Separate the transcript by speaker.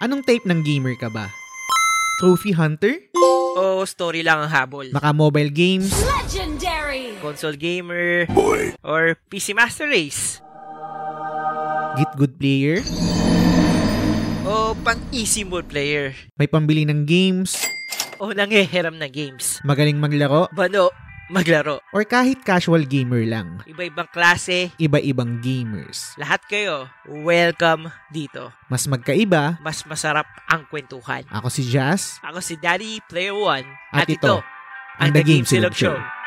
Speaker 1: Anong type ng gamer ka ba? Trophy hunter?
Speaker 2: O story lang ang habol?
Speaker 1: Maka mobile games?
Speaker 3: Legendary!
Speaker 2: Console gamer? Or PC Master Race?
Speaker 1: Git good player?
Speaker 2: O pang easy mode player?
Speaker 1: May pambili ng games?
Speaker 2: O nangihiram ng games?
Speaker 1: Magaling maglaro?
Speaker 2: Bano, maglaro.
Speaker 1: Or kahit casual gamer lang?
Speaker 2: Iba-ibang klase,
Speaker 1: Iba-ibang gamers.
Speaker 2: lahat kayo, welcome dito.
Speaker 1: Mas magkaiba,
Speaker 2: Mas masarap ang kwentuhan.
Speaker 1: ako si Jazz.
Speaker 2: Ako si Daddy Player One.
Speaker 1: At ito, ang The Game Silog Show.